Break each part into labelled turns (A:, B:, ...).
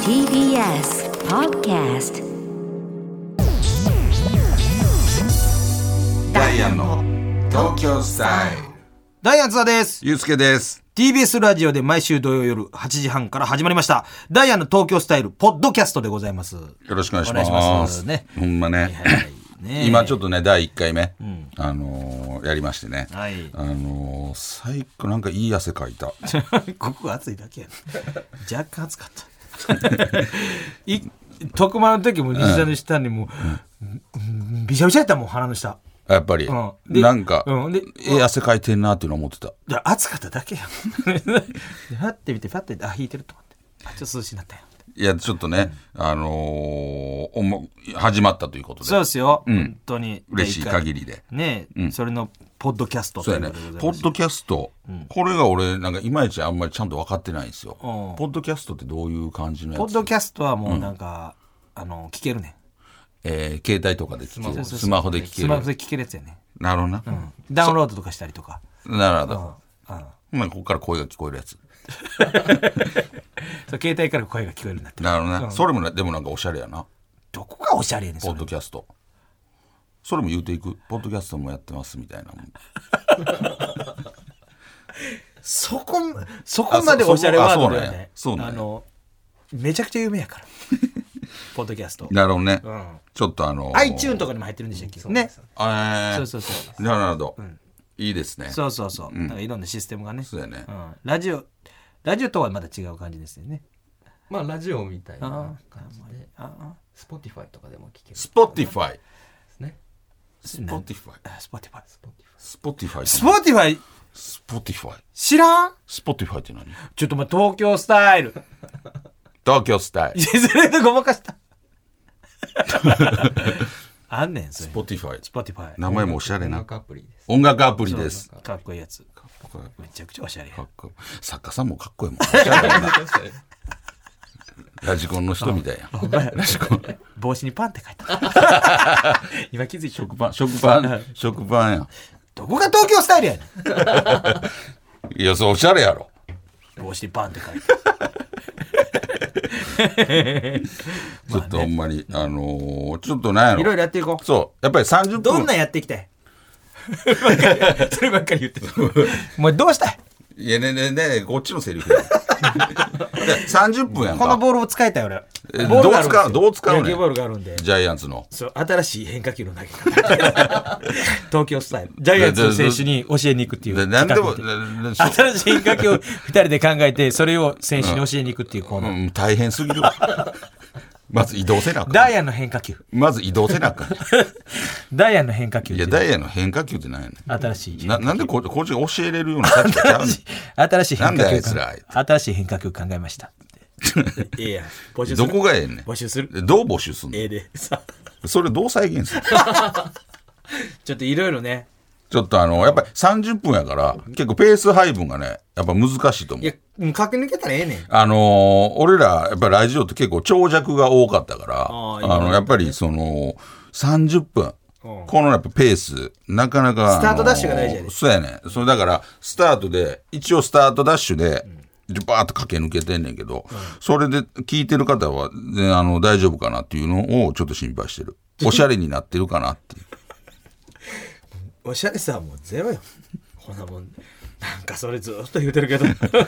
A: TBS Podcast
B: ダイアンの東京スタイル。
C: ダイアン津田です。
B: ゆうすけです。
C: TBS ラジオで毎週土曜夜8時半から始まりました。ダイアンの東京スタイル、ポッドキャストでございます。
B: よろしくお願いし
C: お
B: ま。
C: 願いしますすね
B: ほんまね。
C: ね
B: 今ちょっとね、第1回目、あのーやりましてね。
C: はい
B: あのー最高、なんかいい汗かいた。
C: ここ暑いだけやな若干暑か った。い特番の時も西田の下にも、うんびしゃびしゃやったもん、鼻の下。
B: やっぱり、
C: うんで
B: なんか、
C: うんで
B: ええ汗かいてんなっていうの思ってた。
C: だから暑かっただ けやん。パって見て、パって、あ、引いてると思って。あ、ちょっと涼しいなったよ。
B: いや、ちょっとね、あのーおも始まったということで。
C: そうですよ。本当に。
B: 嬉しい限りで。
C: ねえ、それのポッドキャストと
B: そう
C: い
B: や
C: うこ
B: ね
C: とでございま。す
B: ポッドキャスト、これが俺、なんかいまいちあんまりちゃんと分かってないんですよ。
C: う
B: ポッ
C: ん
B: ドキャストってどういう感じのやつ
C: ポッドキャストはもうなんか、あの聞けるね
B: えー携帯とかで聞けるスマホで聞け
C: スマホ
B: る
C: で聞けるやつやね
B: なるほどな、
C: ダウンロードとかしたりとか
B: なるほど、
C: うん
B: まあ、ここから声が聞こえるやつ
C: そう携帯から声が聞こえるんだって
B: なるほどな、それもねでもなんかおしゃれやな
C: どこがおしゃれやねん
B: ポ
C: そ
B: ッ
C: れ
B: ドキャストそれも言うていくポッドキャストもやってますみたいなもん
C: そこそこまでおしゃれワードだよね
B: あそうそうなんや
C: あのめちゃくちゃ有名やからポッドキャスト
B: なるほどね、
C: ん
B: ちょっとあの
C: iTune とかにも入ってるんでしたっけね
B: えー、
C: そうそうそう
B: なるほど、いいですね
C: そうそうそうなんかいろんなシステムがね
B: そうやね
C: んラジオラジオとはまた違う感じですよね
D: まあラジオみたい
C: あ
D: な
C: ー
D: 感じで
C: ああ
D: Spotify とかでも聞けるんです
B: スポティファイ
D: ね。
B: スポティファイ
C: あ Spotify
B: スポティファイ
C: Spotify
B: スポティファイ
C: 知らん
B: スポティファイって何
C: ちょっとお前東京スタイ ル
B: 東京スタイル
C: いずれでごまか した。あんねん、そ
B: ス
C: れ。
B: ポティファイ
C: Spotify。
B: 名前もおしゃれ
D: 音
B: な
D: 楽アプリです。
B: 音楽アプリです
C: かっこいいやつ。めちゃくちゃおしゃれや
B: かっこいい作家さんもかっこいいもんおしゃれやな ラジコンの人みたいや
C: お前帽子にパンって書いた。 今気づいた。
B: 食パン食パン食パンや
C: どこが東京スタイルやね
B: いやそうおしゃれやろ
C: ん。帽子にパンって書いた。
B: ちょっとほんまにあのーちょっとなんやろ
C: いろいろやっていこう。
B: そうやっぱり30
C: どん
B: 分
C: なんやっていきたいそればっかり言ってる。 お前どうしたい
B: いやねねねこっちのセリフやい や30分やん
C: この
B: か
C: ボールを使いたい俺。
B: え
C: ボールがあるんです
B: どう使
C: よ
B: うどう使うねん
C: 野球ボールがあるんで。
B: ジャイアンツの
C: そう新しい変化球の投げ方東京スタイル ジャイアンツの選手に教えに行くってい
B: で
C: う
B: 何でも
C: 企画
B: ななそう
C: 新しい変化球を2人で考えてそれを選手に教えに行くっていうコーナー、
B: うん大変すぎ るわまず移動せなあかん
C: ダイヤの変化球
B: まず移動せなあかん
C: ダイヤの変化球
B: い
C: ってい
B: や
C: う
B: ダイヤの変化球って何やねん
C: 新しい
B: ななんでここっちが教えれるような立場ちゃうねん
C: 新しい変
B: なんであ
C: 化
B: いつ
C: 球
B: ら
C: 新しい変化球考えま したいや募集
B: どこがええねん
C: 募集する
B: でどう募集すん
C: ええでさ
B: のそれどう再現する
C: ちょっといろいろね
B: ちょっとあのやっぱり30分やから結構ペース配分がねやっぱ難しいと思
C: いうやもう駆け抜けたらええねん
B: あのー俺らやっぱラジオって結構長尺が多かったから
C: あ
B: あ
C: ーいいね
B: のやっぱりその30分
C: うん
B: このやっぱペースなかなか、
C: スタートダッシュが大事や
B: ね
C: で
B: そうやねそれだからスタートで一応スタートダッシュで、バーッと駆け抜けてんねんけど、それで聞いてる方は、ね、あの大丈夫かなっていうのをちょっと心配して るおしゃれになってるかなっていう
C: おしゃれさはもうゼロよこんなもんなんかそれずっと言うてるけど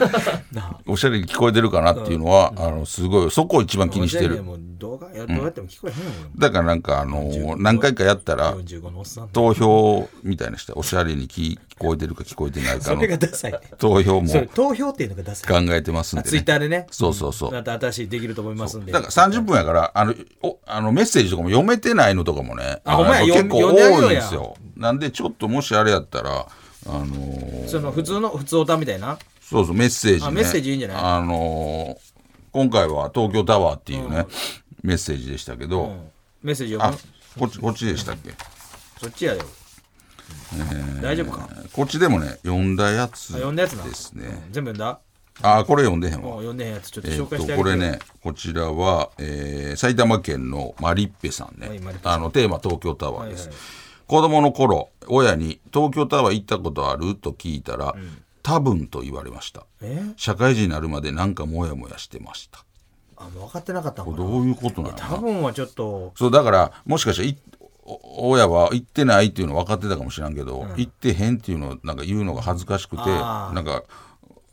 C: なあ
B: おしゃれに聞こえてるかなっていうのは、あのすごいそこを一番気にして
C: おしゃれで
B: る
C: もう動画やどうやっても聞こえへんよ、
B: だからなんかあの何回かやったら
C: 俺も45のおっさん
B: 投票みたいなしておしゃれに聞聞こえてるか聞こえてないか
C: そ
B: の
C: れがダサいね
B: 投票も
C: それ
B: 考
C: 投票っていうのがダサい
B: えてますんで、
C: ツイッ
B: ね、
C: ターでね
B: そうそうそう
C: また新しいできると思いますんで
B: だから30分やからあのおあのメッセージとかも読めてないのとかもね
C: あほんまや
B: の結構多
C: 読んであげようや
B: いんですよなんでちょっともしあれやったらあのー
C: その普通の普通オタみたいな
B: そうそうメッセージ、ね、
C: あメッセージいいんじゃない
B: あのー今回は東京タワーっていうね、メッセージでしたけど、
C: メッセージ読
B: あ
C: む
B: こっちこっちでしたっけ
C: そっちやよ、大丈夫かあ
B: こっちでもね読んだやつ
C: 読んだやつな
B: ですね
C: 全部読んだ
B: あこれ読んでへん
C: もう
B: わ
C: 読んでへんやつちょっと
B: えっ
C: 紹
B: と
C: 介してあげ
B: こ
C: て
B: れ
C: よ
B: ねこちらは、えー埼玉県のマリッペさんね、
C: はいマリッペさ
B: あのテーマ東京タワーです、
C: はいは
B: 子供の頃親に「東京タワー行ったことある?」と聞いたら「多分」と言われました
C: え
B: 社会人になるまでなんかモヤモヤしてました
C: あもう分かってなかった
B: こ
C: も
B: れ
C: んな
B: どういうことなの
C: 多分はちょっと
B: そうだからもしかしたらいお親は行ってないっていうの分かってたかもしらんけど、行ってへんっていうのをなんか言うのが恥ずかしくて
C: あー
B: なんか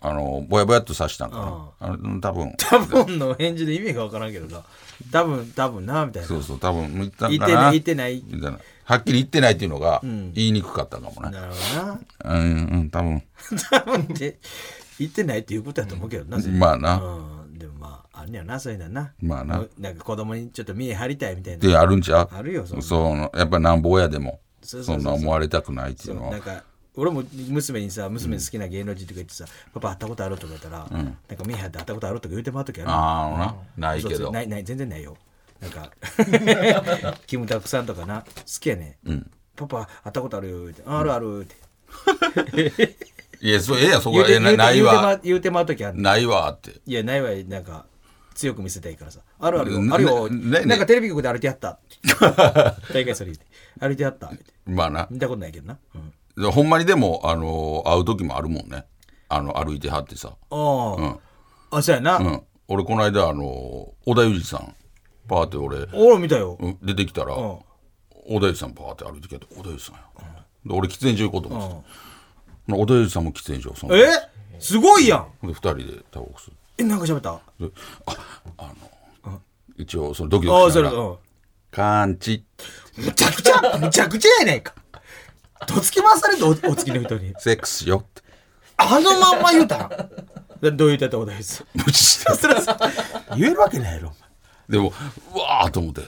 B: あのぼやぼやっとさしたんかなあの多分
C: 多分の返事で意味が分からんけどな多分多分なみたいな
B: そうそう多分行ったん
C: 行っ
B: か
C: て
B: な
C: ない行ってない
B: みたいなはっきり言ってないっていうのが言いにくかったかもね
C: なるほどな
B: うんうん多分
C: 多分で行ってないっていうことだと思うけどな、
B: まあな
C: うん、でもまああんねやなそういうのはな
B: まあなっ
C: なんか子供にちょっと見え張りたいみたいな
B: てあるんちゃう
C: あるよそんな
B: そうやっぱなんぼ親でも
C: そうそう
B: そ
C: そうん
B: な思われたくないっていうの
C: な
B: は
C: んか俺も娘にさ娘好きな芸能人とか言ってさ、パパ会ったことあるとか言ったら、なんか見え張って会ったことあるとか言うてもらうときある
B: ああなないけ
C: そうそ
B: ど
C: うないない全然ないよなんか キムタクさんとかな好きやね、パパ会ったことあるよってあるあるって
B: いやそうええやんそこ
C: 言う
B: は
C: て
B: ええ
C: 言う
B: な
C: て
B: ない
C: 言うて
B: わ
C: ま言うてまうときある
B: ないわって
C: いやないわなんか強く見せたいからさあるあるよ
B: ね
C: あるよ、
B: ねね
C: なんかテレビ局で歩いてやったって大概それ言って歩いてやったって
B: まあな
C: 見たことないけどな、うん、
B: でほんまにでも、あの会う時もあるもんねあの歩いてはってさ、
C: ああ、あそうやな、
B: うん、俺この間、あの織田裕二さんパーって俺、
C: 俺見たよ、
B: うん出てきたら、
C: ん
B: 織田裕二さんパーって歩いてきて織田裕二さんや、で俺喫煙所行こうと思ってた、織田裕二さんも喫煙所その
C: えすごいやん
B: で二人でタバコ吸っ
C: えなんか喋ったあ
B: てでああの、一応そのドキド
C: あ
B: キし
C: それ
B: な
C: う
B: がら
C: ん
B: 「カンチ
C: むちゃくちゃむちゃくちゃやないかどつき回されるおお付きの人に
B: セックスよ」って
C: あのまんま言うたんでどう言うたってことです
B: 無視して
C: それさ言えるわけないやろお前
B: でもうわーと思って。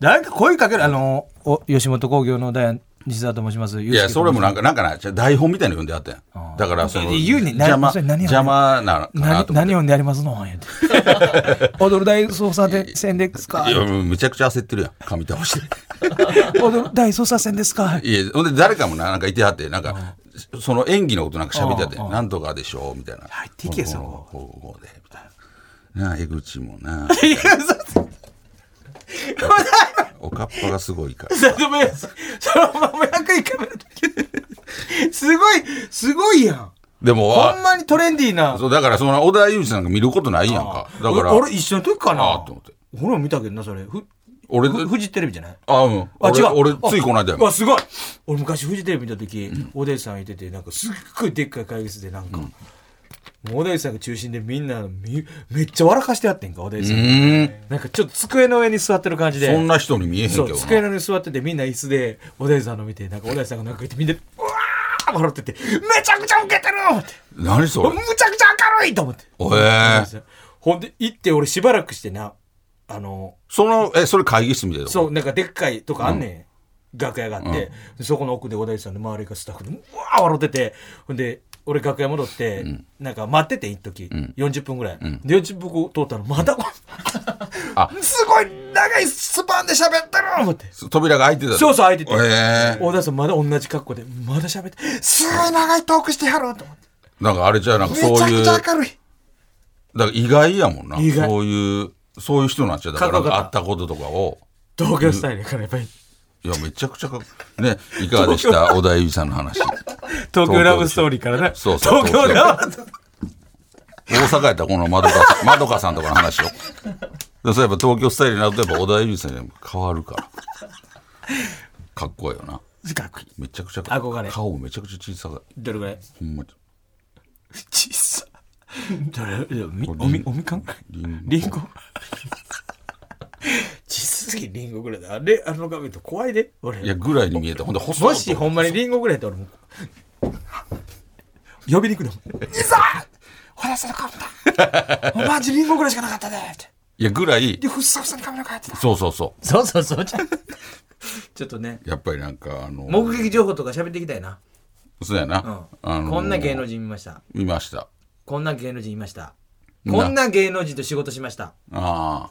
C: なんか声かけるあのお吉本興業の大西澤と申しますい
B: いや、それもなん
C: か
B: か、なんかな、じゃあ台本みたいなの読んであったやん。だから、その、
C: え言うにな
B: 邪魔、
C: それ何を
B: 邪魔なのかなと思
C: 何
B: っ
C: 何
B: て。
C: 読んでありますの言うて踊る大捜査で戦ですか
B: いや、もうめちゃくちゃ焦ってるやん。噛み倒 して。
C: 踊る大捜査線ですか
B: いや、ほんで誰かもな、なんかいてはって、なんか、その演技のことなんか喋ってはって、なんとかでしょう、みたいな。
C: 入っていけそこ
B: こうこうこうこうで、みたいな。なあ、江口も な、
C: いや嘘つ
B: おかっぱがすごいから。
C: それもやそれも500円カメラだけすごいすごいやん
B: でも、
C: ほん
B: あ
C: まにトレンディーな
B: そう、だから、その、小田裕二なんか見ることないやんか。だから、
C: 俺俺一緒の時か
B: あ
C: な
B: ーと思って
C: 俺も見たけどなそれふ
B: 俺
C: ふフジテレビじゃない
B: あ、うん。
C: あ
B: 俺
C: 違う
B: 俺、ついこの間やもん
C: あすごい俺昔フジテレビ見た時おでんさんいててなんかすっごいでっかい会議室でなんか、もうおでんさんが中心でみんなみめっちゃ笑かしてやってんかおでんさん、
B: うーん。
C: なんかちょっと机の上に座ってる感じで
B: そんな人に見えへんけ
C: そ
B: ど
C: う
B: な。
C: 机の上に座っててみんな椅子でおでんさんの見てなんかおでんさんがなんか言ってみんなうわー笑っててめちゃくちゃウケてるって
B: 何そ
C: む
B: れ。
C: ちゃくちゃ明るいと思って、
B: おえー。
C: ほんで行って俺しばらくしてなあの
B: その、え、それ会議室みたいなとこ
C: そうなんかでっかいとかあんねん、楽屋があって、そこの奥で小田井さんの周りがスタッフでうわー笑っててほんで俺楽屋戻って、なんか待ってて一時、40分ぐらい、で40分後通ったらまた、
B: あ
C: すごい長いスパンで喋ってる思って
B: そ扉が開いてたの
C: そうそう開いてて
B: ええ
C: 小田井さんまだ同じ格好でまだ喋ってすごい長いトークしてやろうと思って
B: なんかあれじゃあなんかそういう、
C: めちゃ
B: だ
C: くちゃ
B: か
C: 明るい
B: ら意外やもんな。
C: 意外
B: そういう、そういう人なんちゃうだから
C: かっこよか
B: 会
C: っ
B: ったこととかを。
C: 東京スタイルやからやっぱり
B: いや、めちゃくちゃかっね、いかがでした小田井さんの話。
C: 東京ラブストーリーからね
B: そうそう
C: 東京ラブストーリ
B: 大阪やったらこのまどか さん、まどかさんとかの話を。でそうやっぱ東京スタイルになるとやっぱ小田井さんに変わるから。かっこいいよな。
C: ーかっこいい
B: めちゃくちゃ
C: 憧れ
B: 顔めちゃくちゃ小さい。
C: どれぐらい
B: ほんまに。
C: 小 さどれいやみおみおみかん
B: リン
C: リンゴ 小さすぎリンゴぐらいだあれあの画面と怖いで俺
B: いや、ぐらいに見えた。ほんで、細い
C: もしほんまにリンゴぐらいだったら俺もう 呼びに行くの いざほらその髪だお前んちリンゴぐらいしかなかったねって
B: いや、ぐらい
C: で、ふっさふさの髪の毛やってた
B: そうそうそ
C: そうそうそうちょっとね
B: う。やっぱりなんか、あの、
C: 目撃情報とか喋っていきたいな、
B: そうやな。
C: うん
B: あの
C: こんな芸能人見ました
B: 見ました。
C: こんな芸能人いました
B: な
C: こんな芸能人と仕事しました
B: ああ。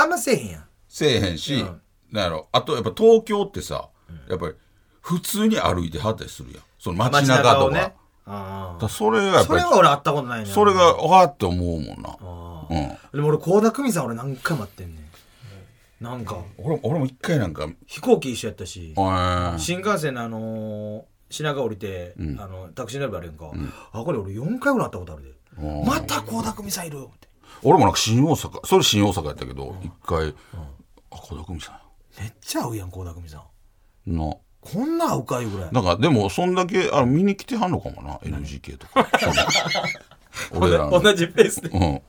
C: あんませえへんやん
B: せえへんし、なんやろ。あと、やっぱ東京ってさ、やっぱり普通に歩いてはったりするやん。その街中とか。
C: を
B: だか
C: あ
B: らそれがや
C: あ
B: っ
C: そ
B: ぱ
C: れ
B: り、
C: は俺会ったことないね
B: それが、わーって思うもんな。うん。
C: でも俺倖田來未さん俺何回も会ってんねんなんか
B: 俺俺も一回なんか、え
C: 飛行機一緒やったし
B: ー
C: 新幹線のあのー品川降りて、あのタクシー乗り場あるやんか、あこれ俺4回ぐらい会ったことあるで、また倖田來未さんいるよって
B: 俺もなんか新大阪それ新大阪やったけど一回あ小田組さんや
C: めっちゃ合うやん、倖田來未さん。
B: な
C: こんな合うかいうぐらい。
B: なんかでもそんだけあの見に来てはんのかもな NGK と か俺らの、
C: 同じペースで。
B: うん、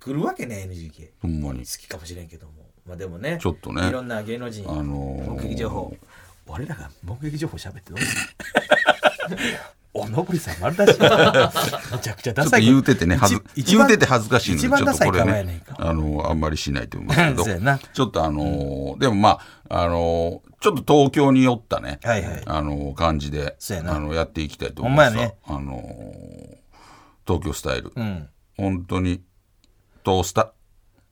C: 来るわけね、NGK。
B: ほんまに
C: 好きかもしれんけども。まあでもね。
B: ちょっとね
C: いろんな芸能人。
B: あのー
C: 目撃情報。我らが目撃情報喋ってどうする おのぶりさん丸 出し。めちゃくちゃ
B: ち
C: ダ
B: ょっと
C: サい。
B: 言うててねはず
C: 一
B: 言うてて恥ずかしいので
C: 一
B: ちょっと
C: 番ダサい
B: これ
C: 構えやねん
B: ね
C: か。
B: あのあんまりしないと思いますけど
C: そうやな
B: ちょっとあのーでもまああのーちょっと東京に寄ったね、
C: はいはい
B: あのー感じで
C: そう
B: あ
C: やな
B: のやっていきたいと思います
C: ほんまやね
B: あのー東京スタイル、
C: うん。
B: 本当にトースタ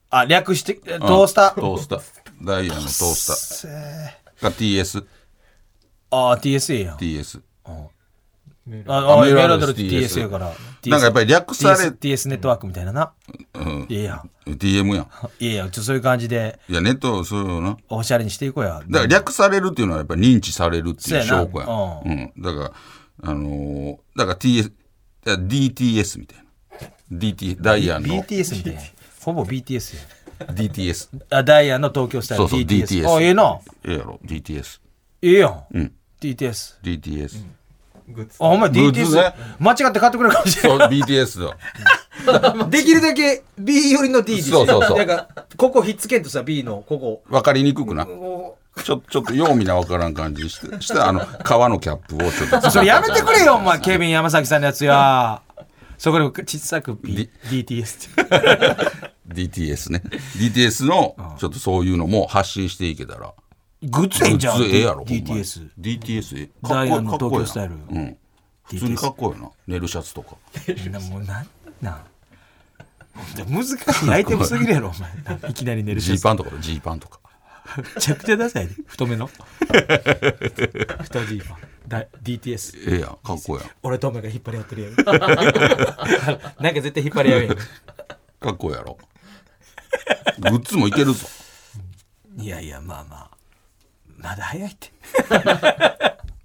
C: あ、略して、トースター。
B: トースタダイヤのトース
C: せー
B: タか TSTS
C: あー、TSA やん。
D: メール
C: あ、あメ
B: メール
C: ール
B: ア
C: アド
B: ド
C: レ
B: レ
C: ス
B: ス
C: TS やから。
B: なんかやっぱり略され
C: TS, TS ネットワークみたいなな。
B: うん
C: いやいや。
B: DM やん
C: いやいや、ちょっとそういう感じで、
B: いやネットそうよな
C: おしゃれにしていこうや。
B: だから略されるっていうのはやっぱり認知されるっていう
C: そうやな
B: 証拠や。
C: うん
B: うん。だから、あのーだから TS、だから DTS みたいな。DT、ダイヤの
C: BTS みたいな。ほぼ BTS や。
B: DTS。
C: あ、ダイヤの東京スタイル
B: そうそう、
C: DTS。
B: DTS。
C: あ、ええな。。
B: ええやろ、DTS。
C: ええやん。
B: うん。
C: DTS。あ、
B: DTS。
D: グッズ
C: お前
B: グッズ
C: DTS
B: ね。
C: 間違って買ってくれるかもしれ
B: そう、BTS だ。
C: ない。できるだけ B 寄りの D にして
B: そうそうそう
C: なんか、ここひっつけんとさ、B のここ。
B: わかりにくくな。
C: お
B: ちょ、ちょっと、ようみなわからん感じにして、して、あの、革のキャップをちょっと使って。
C: それやめてくれよ、お前、ケビン山崎さんのやつや。そこで小さく B
B: D、
C: DTS って。
B: DTS ね。DTS の、ちょっとそういうのも発信していけたら。
C: グッズええんじゃん。
B: 普通ええやろ、ほんまに
C: DTS。。
B: DTS ええ。か
C: ダ
B: っ
C: イ
B: こいい
C: ヤの
B: かっこいいな
C: 東京スタイル。
B: うん。普通にかっこいいな。寝るシャツとか。
C: なもうなんなん難しいアイテムすぎるやろお前いきなり寝る
B: ジ
C: し
B: ーパンとかだ、ジーパンとか。
C: めちゃくちゃダサいで太めの太ジーパンだ DTS
B: ええやん、かっこええや
C: 俺とお前が引っ張り合ってる やろなんか絶対引っ張り合うや
B: ん。かっこええやろ。グッズもいけるぞ。
C: んいやいやまあまあまだ早いって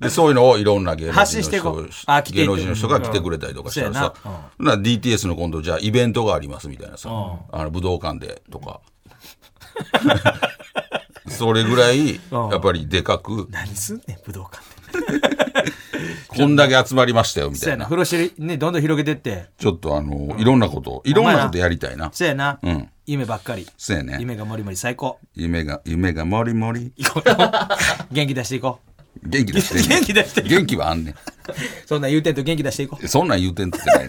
B: で、そういうのをいろんな芸能
C: 発信
B: 人
C: していこ
B: の
C: う
B: 人
C: あ来て
B: 芸能人の人が来てくれたりとかしたらさ
C: うんそうやな、
B: な DTS の今度、じゃあイベントがありますみたいなさ、あの武道館でとか。 それぐらい、やっぱりでかく、
C: 何すんねん武道館って
B: こんだけ集まりましたよみ
C: そう
B: た
C: や
B: い
C: な
B: な。
C: 風呂敷ねどんどん広げてって
B: ちょっとあの、いろんなことを、いろんなことやりたいな。
C: そうやな、
B: うん
C: 夢ばっかり
B: そうやね。
C: 夢がもりもり最高
B: 夢が、夢がもりもり。
C: 元気出していこ
B: 元気出してんねん。
C: 元気出して
B: 元気はあんね。
C: うそんなん言うてんと元気出していこうん
B: そんなん言うてんとって ない。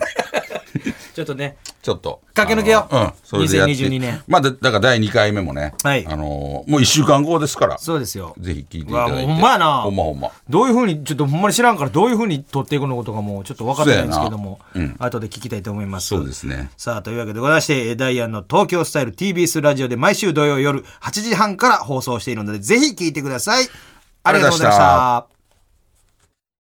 C: ちょっとね
B: ちょっと。
C: 駆け抜けよう
B: あのうん。それでやって
C: 2022年
B: まあ、だだから第2回目もね。
C: はい
B: あのー、もう1週間後ですから。
C: そうですよ
B: ぜひ聞いていう
C: わ
B: ただい
C: も
B: て。
C: うほんまやな
B: ほんまほんま。
C: どういうふうに、ちょっとほんまに知らんから、どういうふうに取っていくのかとかも、ちょっと分かってないんですけども、
B: そうやな
C: 後で聞きたいと思います。
B: そうですね。
C: さあ、というわけでございまして、えーダイアンの東京スタイル TBS ラジオで毎週土曜夜8時半から放送しているので、ぜひ聞いてください。ありがとうございま
B: ありがとうござ
C: し
B: い
C: た。